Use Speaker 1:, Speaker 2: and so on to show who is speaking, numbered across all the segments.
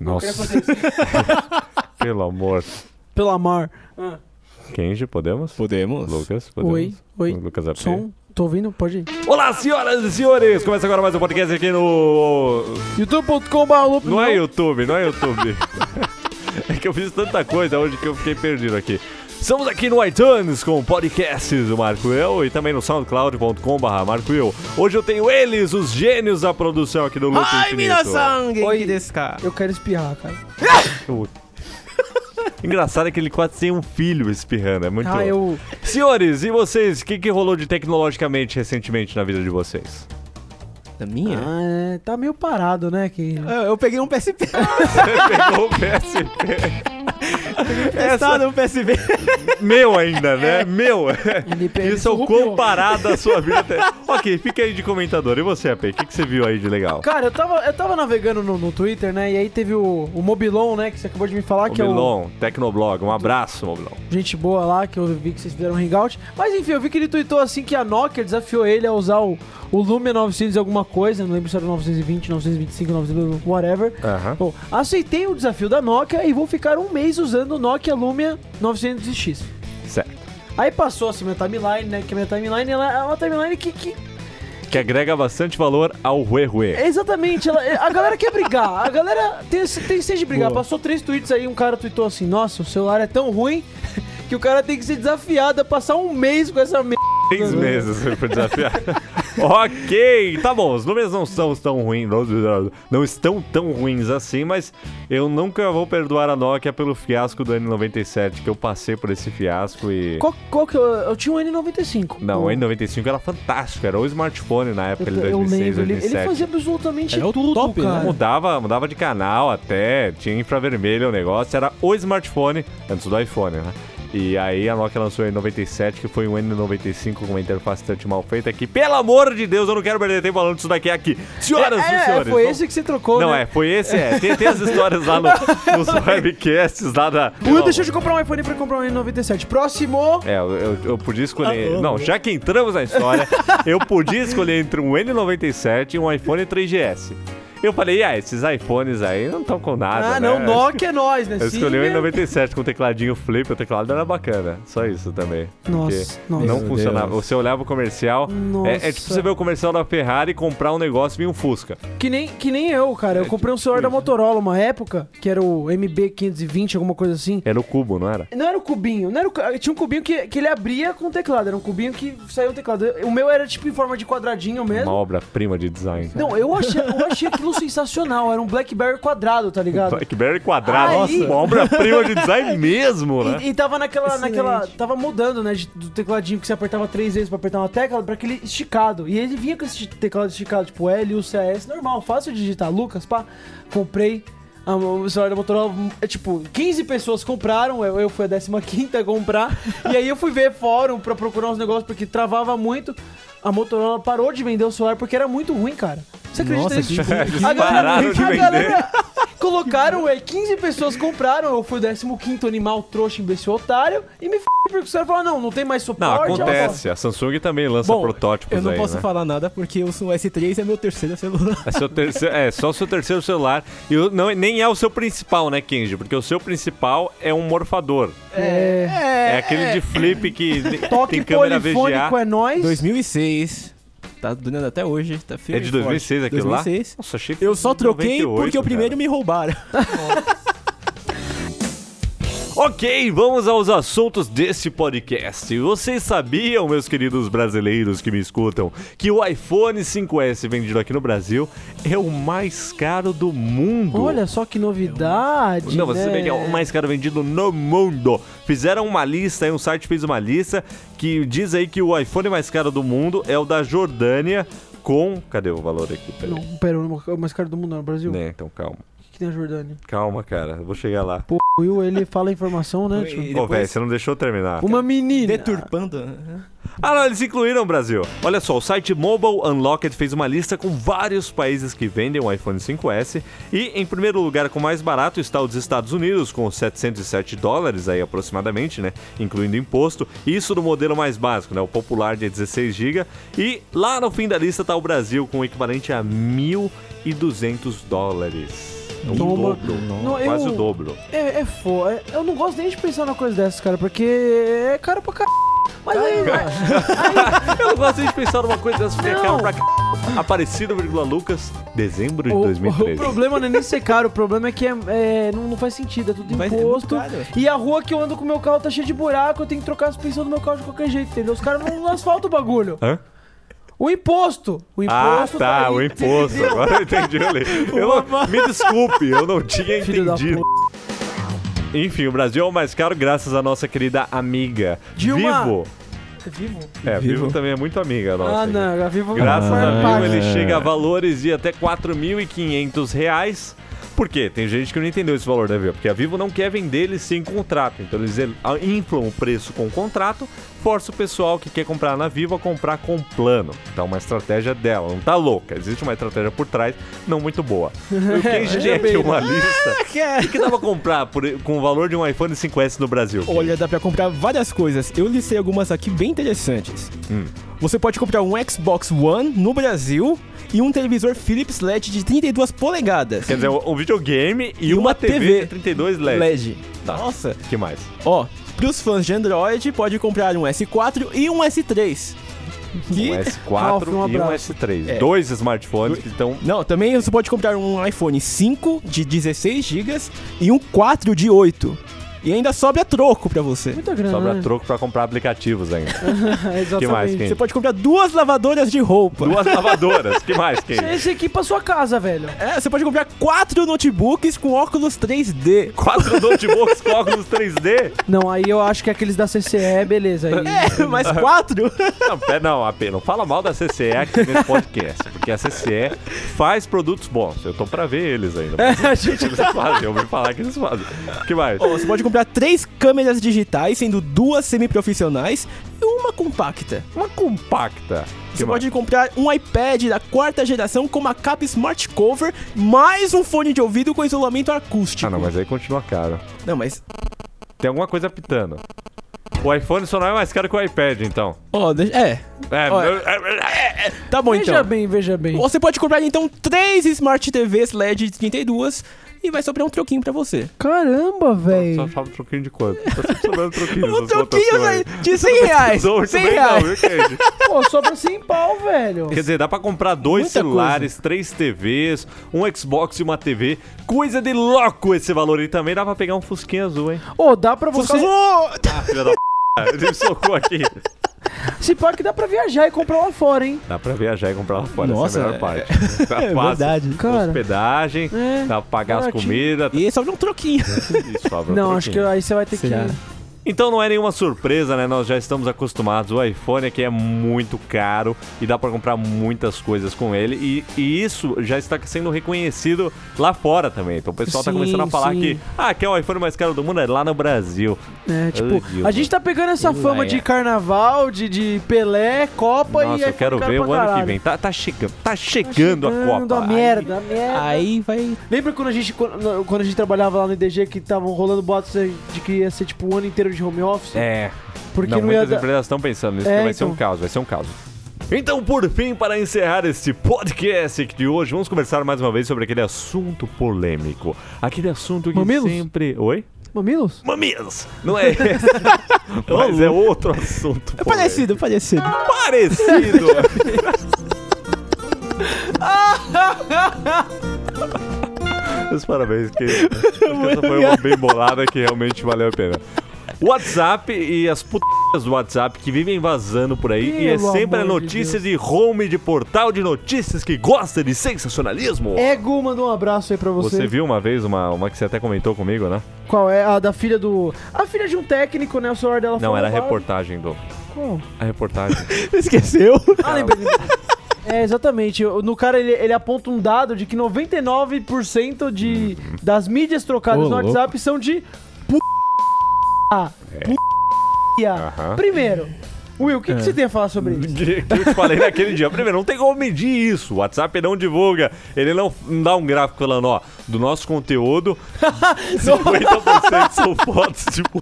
Speaker 1: Nossa. Pelo amor.
Speaker 2: Pelo amor.
Speaker 1: Kenji, podemos?
Speaker 3: Podemos?
Speaker 1: Lucas, podemos?
Speaker 2: Oi, oi.
Speaker 1: Lucas Arpe.
Speaker 3: um?
Speaker 2: Som. Tô ouvindo? Pode ir.
Speaker 1: Olá, senhoras e senhores! Começa agora mais um podcast aqui no...
Speaker 2: youtube.com
Speaker 1: Não é YouTube, não é YouTube. é que eu fiz tanta coisa hoje que eu fiquei perdido aqui. Estamos aqui no iTunes com podcasts do Marco Eu e também no soundcloud.com.br Marco Eu. Hoje eu tenho eles, os gênios da produção aqui do Loop
Speaker 3: Ai,
Speaker 1: Infinito.
Speaker 3: Minasang!
Speaker 2: Oi.
Speaker 3: Oi, desse cara.
Speaker 2: Eu quero espirrar, cara.
Speaker 1: Engraçado é que ele quase tem um filho espirrando, é muito
Speaker 2: Ah,
Speaker 1: louco.
Speaker 2: eu.
Speaker 1: Senhores, e vocês, o que, que rolou de tecnologicamente recentemente na vida de vocês?
Speaker 3: Da minha?
Speaker 2: Ah, é, tá meio parado, né? Que...
Speaker 3: Eu, eu peguei um PSP.
Speaker 1: Pegou o PSP.
Speaker 3: Testado um PSP.
Speaker 1: Meu ainda, né? Meu.
Speaker 2: Ele pe-
Speaker 1: Isso é o
Speaker 2: interrompeu.
Speaker 1: comparado à sua vida. até- ok, fica aí de comentador. E você, AP? O que, que você viu aí de legal?
Speaker 2: Cara, eu tava, eu tava navegando no, no Twitter, né? E aí teve o, o Mobilon, né? Que você acabou de me falar, que é o.
Speaker 1: Mobilon, Tecnoblog. Um abraço, Mobilon.
Speaker 2: gente boa lá, que eu vi que vocês fizeram um hangout. Mas enfim, eu vi que ele tweetou assim que a Nokia desafiou ele a usar o, o Lumia 900 e alguma coisa, não lembro se era 920, 925, 900, um, whatever.
Speaker 1: Aham.
Speaker 2: Bom, aceitei o desafio da Nokia e vou ficar um mês usando o Nokia Lumia 900X.
Speaker 1: Certo.
Speaker 2: Aí passou assim minha timeline, né? Que a minha timeline ela é uma timeline que, que
Speaker 1: Que agrega bastante valor ao Rue Rue.
Speaker 2: Exatamente, ela- a galera quer brigar. A galera tem, tem sede de brigar.
Speaker 3: Boa.
Speaker 2: Passou três tweets aí, um cara tweetou assim: Nossa, o celular é tão ruim que o cara tem que ser desafiado a passar um mês com essa merda.
Speaker 1: Seis meses foi desafiado. ok, tá bom. Os números não são tão ruins. Não estão tão ruins assim, mas eu nunca vou perdoar a Nokia pelo fiasco do N97, que eu passei por esse fiasco e.
Speaker 2: Qual, qual que eu, eu tinha um N95.
Speaker 1: Não, o
Speaker 2: eu,
Speaker 1: N95 era fantástico, era o smartphone na época de
Speaker 2: eu, eu
Speaker 1: 2006,
Speaker 2: lembro, ele,
Speaker 1: 2007.
Speaker 2: ele fazia absolutamente
Speaker 1: É,
Speaker 3: Era o
Speaker 2: tudo,
Speaker 3: top, né?
Speaker 2: cara.
Speaker 1: Mudava, mudava de canal até, tinha infravermelho o negócio, era o smartphone, antes do iPhone, né? E aí a Nokia lançou o N97, que foi um N95 com uma interface touch mal feita que, pelo amor de Deus, eu não quero perder tempo falando disso daqui aqui. Senhoras
Speaker 2: É,
Speaker 1: e
Speaker 2: é,
Speaker 1: senhores.
Speaker 2: foi
Speaker 1: não-
Speaker 2: esse que você trocou,
Speaker 1: Não,
Speaker 2: né?
Speaker 1: é, foi esse, é. Tem, tem as histórias lá no, nos webcasts, lá da...
Speaker 2: O Will deixou de comprar um iPhone pra comprar um N97. Próximo!
Speaker 1: É, eu, eu- eu podia escolher.
Speaker 3: Ah, não,
Speaker 2: né?
Speaker 1: não,
Speaker 3: não.
Speaker 1: já que entramos na história, eu podia escolher entre um N97 e um iPhone 3GS. Eu falei, ah, esses iPhones aí não estão com nada.
Speaker 2: ah,
Speaker 1: né?
Speaker 2: não, Nokia é nós, né?
Speaker 1: Eu escolhi um o
Speaker 2: Sim, né?
Speaker 1: N97 com o tecladinho flip, o teclado era bacana. Só isso também. Porque
Speaker 2: Nossa, nossa.
Speaker 1: Não
Speaker 3: Meu
Speaker 1: funcionava.
Speaker 3: Deus.
Speaker 1: Você olhava o comercial.
Speaker 2: Nossa.
Speaker 1: É, é tipo você ver o comercial da Ferrari, comprar um negócio e vir um Fusca.
Speaker 2: Que nem, que nem eu, cara.
Speaker 1: É
Speaker 2: Eu comprei um celular da Motorola uma época, que era o MB520, alguma coisa assim.
Speaker 1: Era o cubo, não era?
Speaker 2: Não era o cubinho, não era o cu- tinha um cubinho que, que ele abria com o teclado, era um cubinho que saiu o teclado. O meu era tipo em forma de quadradinho
Speaker 1: Uma
Speaker 2: mesmo.
Speaker 1: obra-prima de design.
Speaker 2: É? Não, eu achei, eu achei aquilo sensacional, era um BlackBerry quadrado, tá ligado?
Speaker 1: Blackberry quadrado.
Speaker 2: Aí-
Speaker 1: Uma obra-prima de design mesmo, né?
Speaker 2: E, e tava naquela,
Speaker 3: Excelente.
Speaker 2: naquela. Tava mudando, né? de- do tecladinho que você apertava três vezes pra apertar uma tecla pra aquele esticado. E ele vinha com esse teclado esticado, tipo L, U, C, A, S, normal, fácil de digitar. Lucas, pá, comprei. a- O celular da Motorola, é, tipo, 15 pessoas compraram, eu, eu fui a 15 a comprar. e aí eu fui ver fórum pra procurar uns negócios, porque travava muito. A Motorola parou de vender o celular porque era muito ruim, cara. Você acredita
Speaker 3: Nossa,
Speaker 2: nisso?
Speaker 3: que- que-
Speaker 2: A
Speaker 1: Pararam de
Speaker 2: a
Speaker 1: vender.
Speaker 2: galera colocaram, é, 15 pessoas compraram, eu fui o 15 animal trouxa imbecil otário e me f***, porque o senhor falou, não, não tem mais
Speaker 1: Não,
Speaker 2: suporte.
Speaker 1: acontece. A Samsung também lança
Speaker 3: Bom,
Speaker 1: protótipos
Speaker 3: Eu não
Speaker 1: aí,
Speaker 3: posso
Speaker 1: né?
Speaker 3: falar nada porque o Samsung S3 é meu terceiro celular.
Speaker 1: É, seu terceiro- é, só o seu terceiro celular. E o- não, nem é o seu principal, né, Kenji? Porque o seu principal é um morfador.
Speaker 2: É,
Speaker 1: É, aquele de flip que
Speaker 2: toque
Speaker 1: tem câmera VGA.
Speaker 2: polifônico é nóis.
Speaker 3: 2006. Tá durando até hoje. Tá firme
Speaker 1: É de
Speaker 3: e forte.
Speaker 1: 2006 aquilo lá?
Speaker 3: 2006.
Speaker 1: Nossa, achei que
Speaker 3: Eu só
Speaker 1: de
Speaker 3: troquei
Speaker 1: 98,
Speaker 3: porque o primeiro me roubaram.
Speaker 1: Ok, vamos aos assuntos desse podcast. Vocês sabiam, meus queridos brasileiros que me escutam, que o iPhone 5S vendido aqui no Brasil é o mais caro do mundo?
Speaker 2: Olha só que novidade.
Speaker 1: Não, você
Speaker 2: né?
Speaker 1: vê que é o mais caro vendido no mundo. Fizeram uma lista aí, um site fez uma lista que diz aí que o iPhone mais caro do mundo é o da Jordânia com. Cadê o valor aqui? Peraí.
Speaker 2: Não, pera, o mais caro do mundo não, é o Brasil.
Speaker 1: Né, então calma.
Speaker 2: O que, que tem a Jordânia?
Speaker 1: Calma, cara. Eu vou chegar lá.
Speaker 2: Pô, o Will, ele fala a informação, né?
Speaker 3: Oi.
Speaker 2: Tipo,
Speaker 1: Ô,
Speaker 3: depois-
Speaker 1: velho, você não deixou eu terminar.
Speaker 2: uma menina.
Speaker 3: Deturpando.
Speaker 1: Ah, não, eles incluíram o Brasil. Olha só, o site Mobile Unlocked fez uma lista com vários países que vendem o iPhone 5S. E em primeiro lugar, com o mais barato, está os Estados Unidos, com 707 dólares aí aproximadamente, né? Incluindo imposto. Isso do modelo mais básico, né? O popular de 16 GB. E tá lá no fim da lista está o Brasil, com o equivalente a 1.200 dólares. É o
Speaker 2: Toma.
Speaker 1: dobro.
Speaker 2: Não,
Speaker 1: Quase
Speaker 2: eu-
Speaker 1: o dobro.
Speaker 2: É, é foda. Eu não gosto nem de pensar na coisa dessas, cara, porque é caro pra caralho.
Speaker 1: Tá
Speaker 2: Mas aí, né?
Speaker 1: Eu não gosto nem de pensar numa coisa dessa porque é
Speaker 2: Não.
Speaker 1: caro pra c... Aparecido, vírgula, Lucas, dezembro de
Speaker 2: o, o
Speaker 1: 2013.
Speaker 2: problema não é nem ser caro, o problema é que é, é, não, não faz sentido, é tudo
Speaker 3: Mas é muito
Speaker 2: imposto.
Speaker 3: caro.
Speaker 2: e a rua que eu ando com o meu carro tá cheia de buraco, eu tenho que trocar a suspensão do meu carro de qualquer jeito, entendeu? Os caras não, não asfaltam é o bagulho.
Speaker 1: Hã?
Speaker 2: O imposto! O
Speaker 1: Ah,
Speaker 2: imposto
Speaker 1: tá,
Speaker 2: aí.
Speaker 1: o imposto. Agora eu entendi ali. Eu não, me desculpe, eu não tinha
Speaker 2: Filho da
Speaker 1: entendido. Enfim, o Brasil é o mais caro graças à nossa querida amiga.
Speaker 2: Dilma.
Speaker 1: Vivo.
Speaker 2: É vivo?
Speaker 1: É, Vivo,
Speaker 3: Vivo
Speaker 1: também é muito amiga nossa.
Speaker 2: ah,
Speaker 1: hein?
Speaker 2: não, a Vivo
Speaker 1: Graças
Speaker 2: foi
Speaker 1: a Vivo
Speaker 2: parte.
Speaker 1: ele chega a valores de até 4.500 reais. Por quê? Tem gente que não entendeu esse valor, né, Vivo? Porque a Vivo não quer vender ele sem contrato. Então eles el- a- inflam o preço com o contrato, força o pessoal que quer comprar na Vivo a comprar com plano. Então uma estratégia dela, não tá louca. Existe uma estratégia por trás, não muito boa. Eu quis
Speaker 2: Veja
Speaker 1: dizer
Speaker 2: bem,
Speaker 1: aqui
Speaker 2: né?
Speaker 1: uma lista. O
Speaker 3: Ah, Que- é.
Speaker 1: que dá pra comprar por- com o valor de um iPhone 5S no Brasil? Gui?
Speaker 3: Olha, dá pra comprar várias coisas. Eu listei algumas aqui bem interessantes.
Speaker 1: Hum.
Speaker 3: Você pode comprar um Xbox One no Brasil e um televisor Philips LED de 32 polegadas.
Speaker 1: Quer dizer, um videogame e,
Speaker 3: E
Speaker 1: uma,
Speaker 3: uma
Speaker 1: TV,
Speaker 3: TV.
Speaker 1: de 32 LED.
Speaker 3: LED.
Speaker 1: Tá.
Speaker 3: Nossa.
Speaker 1: que mais?
Speaker 3: Ó, pros fãs de Android, pode comprar um S4 e um S3. Que...
Speaker 1: Um S4
Speaker 2: Ralph, um
Speaker 1: e um
Speaker 2: abraço.
Speaker 1: S3.
Speaker 3: É.
Speaker 1: Dois smartphones que estão.
Speaker 3: Não, também você pode comprar um iPhone 5 de 16 GB e um 4 de 8. E ainda sobra troco pra você.
Speaker 2: Muita grana,
Speaker 1: Sobra
Speaker 2: né?
Speaker 1: troco pra comprar aplicativos ainda.
Speaker 2: Exatamente.
Speaker 1: que mais, Ken?
Speaker 3: Você pode comprar duas lavadoras de roupa.
Speaker 1: Duas lavadoras. que mais, Ken?
Speaker 2: Esse aqui pra sua casa, velho.
Speaker 3: É, você pode comprar quatro notebooks com óculos 3D.
Speaker 1: Quatro notebooks com óculos 3D?
Speaker 2: Não, aí eu acho que aqueles da CCE, beleza. Aí,
Speaker 1: É,
Speaker 3: Mais É, quatro?
Speaker 1: Não, pera, não, AP, não fala mal da CCE aqui nesse podcast. Porque a CCE faz produtos bons. Eu tô pra ver eles ainda. Mas
Speaker 2: a gente
Speaker 1: eles fazem, eu ouvi falar que eles fazem. que mais?
Speaker 3: Ó, você pode comprar três câmeras digitais, sendo duas semiprofissionais e uma compacta.
Speaker 1: Uma compacta. Que
Speaker 3: Você
Speaker 1: mais?
Speaker 3: pode comprar um iPad da quarta geração com uma capa smart cover, mais um fone de ouvido com isolamento acústico.
Speaker 1: Ah, não, mas aí continua caro.
Speaker 3: Não, mas-
Speaker 1: Tem alguma coisa pitando. O iPhone só não é mais caro que o iPad, então.
Speaker 3: Ó, deixa- é.
Speaker 1: É,
Speaker 3: Olha.
Speaker 1: é, é, é.
Speaker 3: Tá bom
Speaker 2: veja
Speaker 3: então.
Speaker 2: bem, veja bem.
Speaker 3: Você pode comprar então três Smart TVs LED de 32 e vai sobrar um troquinho pra você.
Speaker 2: Caramba,
Speaker 1: Só
Speaker 2: velho.
Speaker 1: falta um troquinho de quanto? Tá sempre sobrando troquinho.
Speaker 3: Um
Speaker 1: nessas
Speaker 3: troquinho
Speaker 1: votações.
Speaker 3: velho, de 100 reais.
Speaker 1: Não, muito
Speaker 3: 100
Speaker 1: bem
Speaker 3: reais.
Speaker 1: não, viu, Kennedy?
Speaker 2: Pô, sobra 100 pau, velho.
Speaker 1: Quer dizer, dá pra comprar dois
Speaker 3: É Muita
Speaker 1: celulares, três TVs, um Xbox e uma TV. Coisa de louco esse valor. E também dá pra pegar um Fusquinha azul, hein?
Speaker 2: Ô, dá pra você...
Speaker 1: Ah, filha da p. Ele me socou aqui.
Speaker 2: Se pá que dá pra viajar e comprar lá fora, hein?
Speaker 1: Dá pra viajar e comprar lá fora. essa
Speaker 3: Nossa,
Speaker 1: é a melhor
Speaker 3: é-
Speaker 1: parte.
Speaker 3: É verdade.
Speaker 2: Cara.
Speaker 1: Hospedagem,
Speaker 2: É,
Speaker 1: dá pra pagar as
Speaker 2: baratinho.
Speaker 1: comidas.
Speaker 3: E sobra um troquinho.
Speaker 1: Isso, sobra um
Speaker 2: Não, acho
Speaker 1: troquinho.
Speaker 2: que aí você vai ter
Speaker 3: Será?
Speaker 2: que...
Speaker 1: Então não é nenhuma surpresa, né? Nós já estamos acostumados. O iPhone aqui é muito caro e dá pra comprar muitas coisas com ele. E, e isso já está sendo reconhecido lá fora também. Então o pessoal tá
Speaker 2: Sim,
Speaker 1: começando a falar
Speaker 2: sim.
Speaker 1: que, ah, que é o iPhone mais caro do mundo, é lá no Brasil.
Speaker 2: É, tipo,
Speaker 1: Deus,
Speaker 2: a gente tá pegando essa
Speaker 1: Deus,
Speaker 2: fama
Speaker 1: é.
Speaker 2: de carnaval, de, de Pelé, Copa e...
Speaker 1: Nossa, eu
Speaker 2: iPhone
Speaker 1: quero
Speaker 2: caro
Speaker 1: ver
Speaker 2: pra
Speaker 1: o ano que
Speaker 2: caralho.
Speaker 1: vem. Tá, tá chegando, tá
Speaker 2: Tá
Speaker 1: chegando, a
Speaker 2: chegando
Speaker 1: Copa.
Speaker 2: a merda, a merda.
Speaker 3: Aí vai.
Speaker 2: Lembra quando a gente, quando quando a gente trabalhava lá no IDG que estavam rolando boatos de que ia ser tipo o ano inteiro de home office?
Speaker 1: É.
Speaker 2: Porque
Speaker 1: não,
Speaker 2: não ia
Speaker 1: muitas
Speaker 2: dar-
Speaker 1: empresas estão pensando nisso,
Speaker 2: É,
Speaker 1: que vai ser
Speaker 2: então.
Speaker 1: um caso, vai ser um caso. Então, por fim, para encerrar este podcast de hoje, vamos conversar mais uma vez sobre aquele assunto polêmico. Aquele assunto que
Speaker 2: Mamilos?
Speaker 1: sempre. Oi?
Speaker 2: Mamilos?
Speaker 1: Mamilos! Não é esse. Mas é outro assunto.
Speaker 3: É parecido, parecido.
Speaker 1: Parecido! Meus parabéns, que acho que essa foi uma bem bolada que realmente valeu a pena. WhatsApp e as putas do WhatsApp que vivem vazando por aí e é
Speaker 2: Pelo
Speaker 1: sempre a
Speaker 2: amor de
Speaker 1: notícia de, home de portal de notícias que gosta de sensacionalismo.
Speaker 2: Ego mandou um abraço aí pra você.
Speaker 1: Você viu uma vez uma, uma que você até comentou comigo, né?
Speaker 2: Qual é? A da filha do. A filha de um técnico, né? O celular dela foi
Speaker 1: Não, era a
Speaker 2: roubado.
Speaker 1: reportagem do.
Speaker 2: Qual?
Speaker 1: A reportagem.
Speaker 3: Esqueceu?
Speaker 2: Ah, lembrei. É, exatamente. Eu- No cara, ele, ele aponta um dado de que 99% de, das mídias trocadas
Speaker 3: Ô,
Speaker 2: no
Speaker 3: louco.
Speaker 2: WhatsApp são de p... p...
Speaker 1: Aham.
Speaker 2: Primeiro, Will, o que, que você tem a falar sobre isso?
Speaker 1: que eu te falei naquele dia. Primeiro, não tem como medir isso. O WhatsApp não divulga. Ele não não dá um gráfico falando, ó, do nosso conteúdo, 50% são fotos de p****,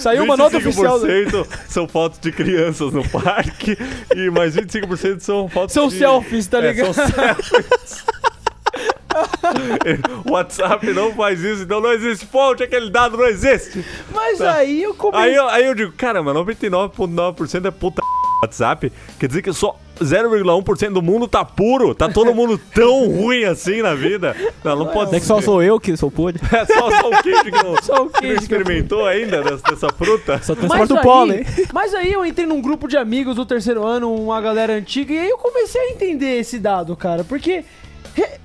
Speaker 2: Saiu uma nota oficial. né? do-
Speaker 1: 25% são fotos de crianças no parque e mais 25% são fotos
Speaker 2: São
Speaker 1: de...
Speaker 2: selfies, tá
Speaker 1: É,
Speaker 2: ligado?
Speaker 1: são selfies. o WhatsApp não faz isso, então não existe fonte, aquele dado não existe.
Speaker 2: Mas aí eu comecei.
Speaker 1: Aí eu, aí eu digo, caramba, 99,9% é puta WhatsApp. Quer dizer que só 0,1% do mundo tá puro. Tá todo mundo tão ruim assim na vida. Não, não pode
Speaker 3: É que só sou eu que sou puro.
Speaker 1: É só, só o queijo que não,
Speaker 2: Só
Speaker 1: que
Speaker 2: o
Speaker 1: não
Speaker 2: queijo que eu-
Speaker 1: experimentou ainda dessa, dessa fruta.
Speaker 3: Só
Speaker 2: Mas
Speaker 3: transporto
Speaker 2: aí-
Speaker 3: pólen.
Speaker 2: Mas aí eu entrei num grupo de amigos do terceiro ano, uma galera antiga, e aí eu comecei a entender esse dado, cara, porque re-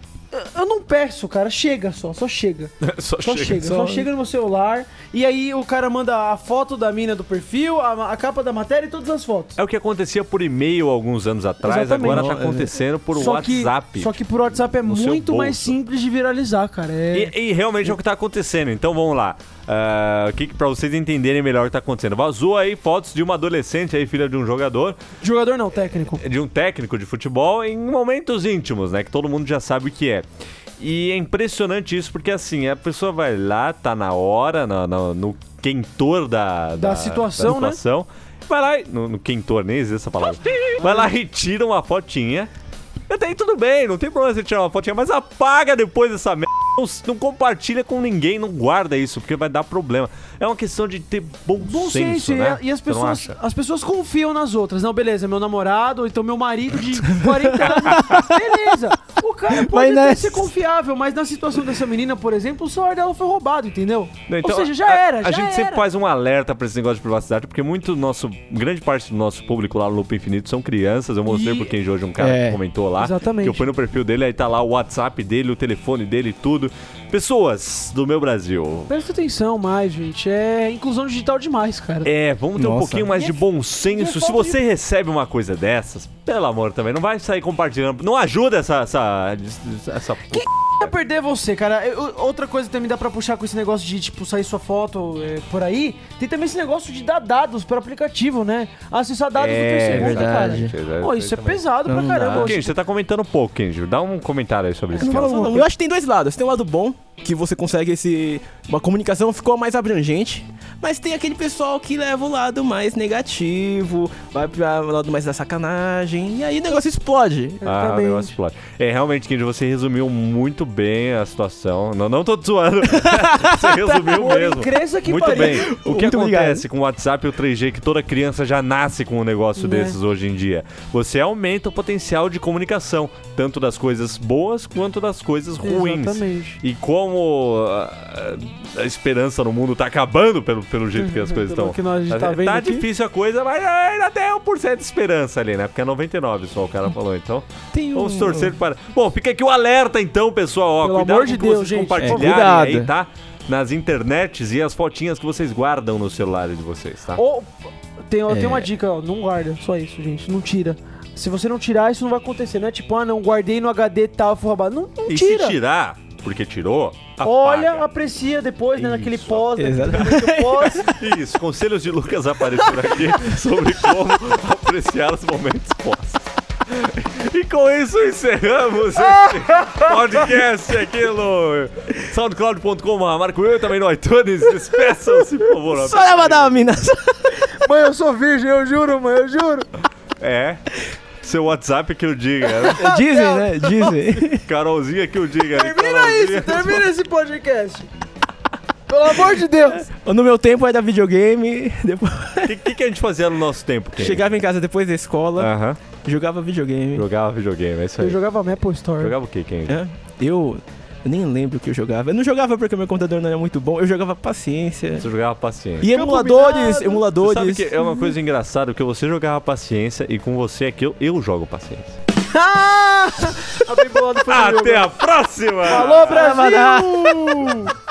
Speaker 2: eu não peço, cara, chega só, só chega.
Speaker 1: Só,
Speaker 2: Só Então chega, só...
Speaker 3: só-
Speaker 2: chega no meu celular, e aí o cara manda a foto da mina do perfil, a, a capa da matéria e todas as fotos.
Speaker 1: É o que acontecia por e-mail alguns anos atrás,
Speaker 2: Exatamente.
Speaker 1: agora tá
Speaker 3: Não, é.
Speaker 1: acontecendo por
Speaker 2: só
Speaker 1: WhatsApp.
Speaker 2: Que, só que por WhatsApp é
Speaker 1: No seu
Speaker 2: muito mais
Speaker 1: bolso.
Speaker 2: simples de viralizar, cara. É...
Speaker 1: E, e realmente é o que tá acontecendo. Então vamos lá. Ah, o que, que pra vocês entenderem melhor o que tá acontecendo? Vazou aí fotos de uma adolescente aí, filha de um jogador,
Speaker 2: Jogador não, técnico.
Speaker 1: de um técnico de futebol, em momentos íntimos, né? Que todo mundo já sabe o que é. E é impressionante isso, porque assim, a pessoa vai lá, tá na hora, na- na- no quentor da, da,
Speaker 2: situação, né?
Speaker 1: situação, Vai lá, e- no, no quentor, nem existe essa palavra. Vai lá e tira uma fotinha. Até aí tudo bem, não tem problema você tirar uma fotinha, mas apaga depois essa merda. Não, não compartilha com ninguém, não guarda isso, porque vai dar problema. É uma questão de ter bom,
Speaker 2: Bom senso, e-
Speaker 1: né?
Speaker 2: é, e as
Speaker 1: Você não
Speaker 2: pessoas,
Speaker 1: acha?
Speaker 2: as pessoas confiam nas outras. Não, beleza, meu namorado, ou então meu marido de 40 anos. Beleza, o cara pode
Speaker 3: Mas
Speaker 2: até
Speaker 3: nessa-
Speaker 2: ser confiável, mas na situação dessa menina, por exemplo, o celular dela foi roubado, entendeu?
Speaker 1: Não, então,
Speaker 2: ou seja, já
Speaker 1: a-
Speaker 2: era,
Speaker 1: A
Speaker 2: já
Speaker 1: gente
Speaker 2: era.
Speaker 1: sempre faz um alerta pra esse negócio de privacidade, porque muito nosso. Grande parte do nosso público lá no Loop Infinito são crianças. Eu mostrei
Speaker 2: E-
Speaker 1: pro Kenji hoje um cara
Speaker 3: É.
Speaker 1: que comentou lá.
Speaker 2: Exatamente.
Speaker 1: Que eu fui no perfil dele, aí tá lá o WhatsApp dele, o telefone dele e tudo. Pessoas do meu Brasil.
Speaker 2: Presta atenção mais, gente. É inclusão digital demais, cara.
Speaker 1: É, vamos ter um
Speaker 3: Nossa.
Speaker 1: pouquinho mais
Speaker 2: E
Speaker 1: de
Speaker 2: é-
Speaker 1: bom
Speaker 2: e
Speaker 1: senso. Se
Speaker 2: é falta
Speaker 1: você recebe uma coisa dessas, pelo amor também, não vai sair compartilhando. Não ajuda essa. essa, essa
Speaker 2: ia perder você, cara. Eu- outra coisa também dá pra puxar com esse negócio de, tipo, sair sua foto é, por aí. Tem também esse negócio de dar dados por aplicativo, né? Acessar dados
Speaker 1: É,
Speaker 2: do Facebook,
Speaker 3: verdade.
Speaker 2: cara. Pô, isso é pesado pra
Speaker 3: Não
Speaker 2: caramba.
Speaker 3: dá.
Speaker 2: Hoje
Speaker 1: Kenji, você tá comentando pouco, Kenji. Dá um comentário aí sobre isso.
Speaker 2: não
Speaker 1: cara.
Speaker 2: falo-
Speaker 3: Eu acho que tem dois lados. Tem um lado bom, que você consegue esse. Uma comunicação ficou mais abrangente. Mas tem aquele pessoal que leva o lado mais negativo, vai pra o lado mais da sacanagem. E aí o negócio explode.
Speaker 1: Ah, o
Speaker 2: Exatamente.
Speaker 1: negócio explode. É, realmente, Kenji, você resumiu muito bem a situação. Não, não tô te zoando. você resumiu
Speaker 2: Olha,
Speaker 1: mesmo.
Speaker 2: cresça que
Speaker 1: muito
Speaker 2: pariu.
Speaker 1: bem. O que
Speaker 3: Muito
Speaker 1: acontece com o WhatsApp e o 3G é que toda criança já nasce com um negócio
Speaker 2: Né.
Speaker 1: desses hoje em dia. Você aumenta o potencial de comunicação, tanto das coisas boas quanto das coisas ruins.
Speaker 2: Exatamente.
Speaker 1: E como ah, a, esperança no mundo tá acabando pelo, pelo jeito que as coisas
Speaker 2: Pelo
Speaker 1: estão.
Speaker 2: que nós- a gente tá vendo aqui.
Speaker 1: difícil a coisa, mas é, ainda tem 1% de esperança ali, né? Porque é 99 só o cara falou, então.
Speaker 3: Tem um.
Speaker 1: Vamos torcer para. Bom, fica aqui o alerta então, pessoal. Ó,
Speaker 2: Pelo
Speaker 1: cuidado
Speaker 2: amor
Speaker 1: com
Speaker 2: de
Speaker 1: o que vocês
Speaker 2: Deus, gente.
Speaker 1: compartilharem
Speaker 3: É, cuidado.
Speaker 1: aí, tá? Nas internets e as fotinhas que vocês guardam nos celulares de vocês, tá?
Speaker 2: Ou, tem, eu
Speaker 3: É.
Speaker 2: tenho uma dica, ó, não guarda, só isso, gente, não tira. Se você não tirar, isso não vai acontecer, não é tipo, ah, não, guardei no HD e tal, foi roubado. Não, não
Speaker 1: e
Speaker 2: tira.
Speaker 1: se tirar, porque tirou, apaga.
Speaker 2: Olha, aprecia depois, né, naquele
Speaker 1: Isso,
Speaker 2: pós,
Speaker 3: Exato.
Speaker 2: naquele pós.
Speaker 1: Isso, conselhos de Lucas apareceram aqui sobre como apreciar os momentos postos. E com isso encerramos esse podcast aqui no soundcloud.com. Marco eu também no iTunes. Despeçam-se, por favor.
Speaker 3: Só leva da mina.
Speaker 2: mãe, eu sou virgem, eu juro, mãe, eu juro.
Speaker 1: É. Seu WhatsApp que eu diga. né?
Speaker 3: Dizem, né? Dizem.
Speaker 1: Carolzinha que eu diga. né?
Speaker 2: Termina
Speaker 1: Carolzinha.
Speaker 2: isso, termina esse podcast. Pelo amor de Deus.
Speaker 3: No meu tempo era videogame. Depois...
Speaker 1: O que, que, que a gente fazia no nosso tempo? Ken?
Speaker 3: Chegava em casa depois da escola,
Speaker 1: Aham.
Speaker 3: jogava videogame.
Speaker 1: Jogava videogame, é isso aí.
Speaker 2: Eu jogava É. Maple Story.
Speaker 1: Jogava o que, Ken?
Speaker 3: Hã? Eu. Eu nem lembro o que eu jogava. Eu não jogava porque meu computador não era muito bom. Eu jogava paciência.
Speaker 1: Você jogava paciência.
Speaker 3: E emuladores,
Speaker 2: Combinado.
Speaker 1: Você
Speaker 3: emuladores.
Speaker 1: sabe que é uma coisa engraçada, porque você jogava paciência e com você aqui eu, eu jogo paciência.
Speaker 2: Ah! A bem bolado foi o jogo.
Speaker 1: a próxima!
Speaker 2: Ah, Alô, Brasil!